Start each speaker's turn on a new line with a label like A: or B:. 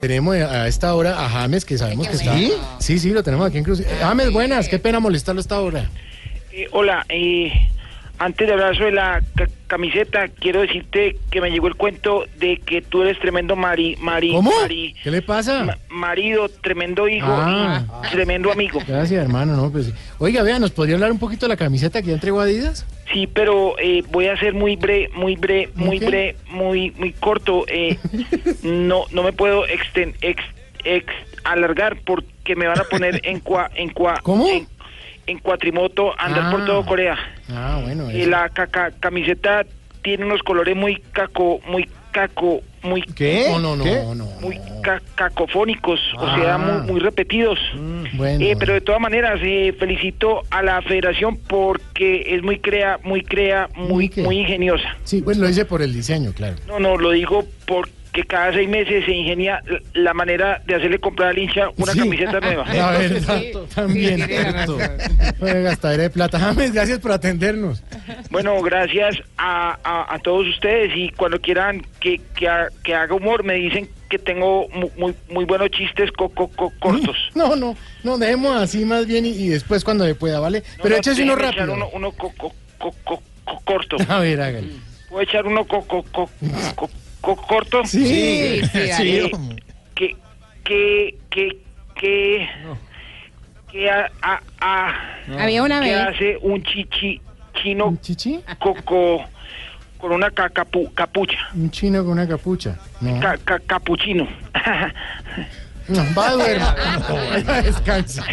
A: Tenemos a esta hora a James, que sabemos que está.
B: ¿Sí?
A: Sí, sí, lo tenemos aquí en Cruz. James, buenas, qué pena molestarlo a esta hora.
C: Eh, hola, eh, antes de hablar sobre la ca- camiseta, quiero decirte que me llegó el cuento de que tú eres tremendo mari, mari,
A: ¿Cómo?
C: mari-
A: ¿Qué le pasa?
C: ma- marido, tremendo hijo
A: Ah.
C: y tremendo amigo.
A: Gracias, hermano, no, pues. Oiga, vea, ¿nos podría hablar un poquito de la camiseta que ya entregó Adidas?
C: Sí, pero eh, voy a ser muy bre, muy bre, muy
A: Ok.
C: bre, muy muy corto. eh, no no me puedo exten, ex, ex- alargar porque me van a poner en cua, en cua,
A: ¿Cómo?
C: en, en cuatrimoto a andar
A: Ah.
C: por todo Corea.
A: Ah, bueno.
C: Y
A: eso.
C: la caca- camiseta tiene unos colores muy caco, muy caco, muy
B: ¿Qué?
A: No, no, no,
B: ¿Qué?
A: no, no.
C: muy ca- cacofónicos, o
A: Ah. Mm,
C: sea, muy, muy repetidos.
A: Bueno.
C: Eh, pero de todas maneras, eh, felicito a la federación porque es muy crea, muy crea,
A: ¿Muy
C: muy,
A: qué?
C: muy ingeniosa.
A: Sí, pues lo hice por el diseño, claro.
C: No, no, lo digo porque cada seis meses se ingenia l- la manera de hacerle comprar al hincha una
A: Sí.
C: camiseta nueva.
A: La verdad,
B: Sí, sí,
A: también.
B: tiene
A: cierto.
B: razón.
A: Oiga, gastadera de plata. James, gracias por atendernos.
C: Bueno, gracias a, a- a todos ustedes y cuando quieran que, que, ha- que haga humor me dicen que tengo mu- muy, muy buenos chistes co- co- co- cortos.
A: No, no, no, dejemos así más bien y, y después cuando le pueda, ¿vale?
C: No,
A: Pero
C: no,
A: échese uno
C: déjeme echar
A: rápido.
C: Uno, uno co- co- co- co- co- corto.
A: A ver, hágale.
C: ¿Puedo echar uno co- co- co- co- co- corto?
A: Sí,
B: Sí, sí,
A: sí.
C: Eh, que, que, que, que, que a- a- a-
D: Había una
C: que
D: vez.
C: hace un chichi chino
A: ¿Un chichi?
C: coco con una ca- capu- capucha.
A: Un chino con una capucha. No.
C: Ca- ca- capuchino.
A: No, va a duerma. No, descansa.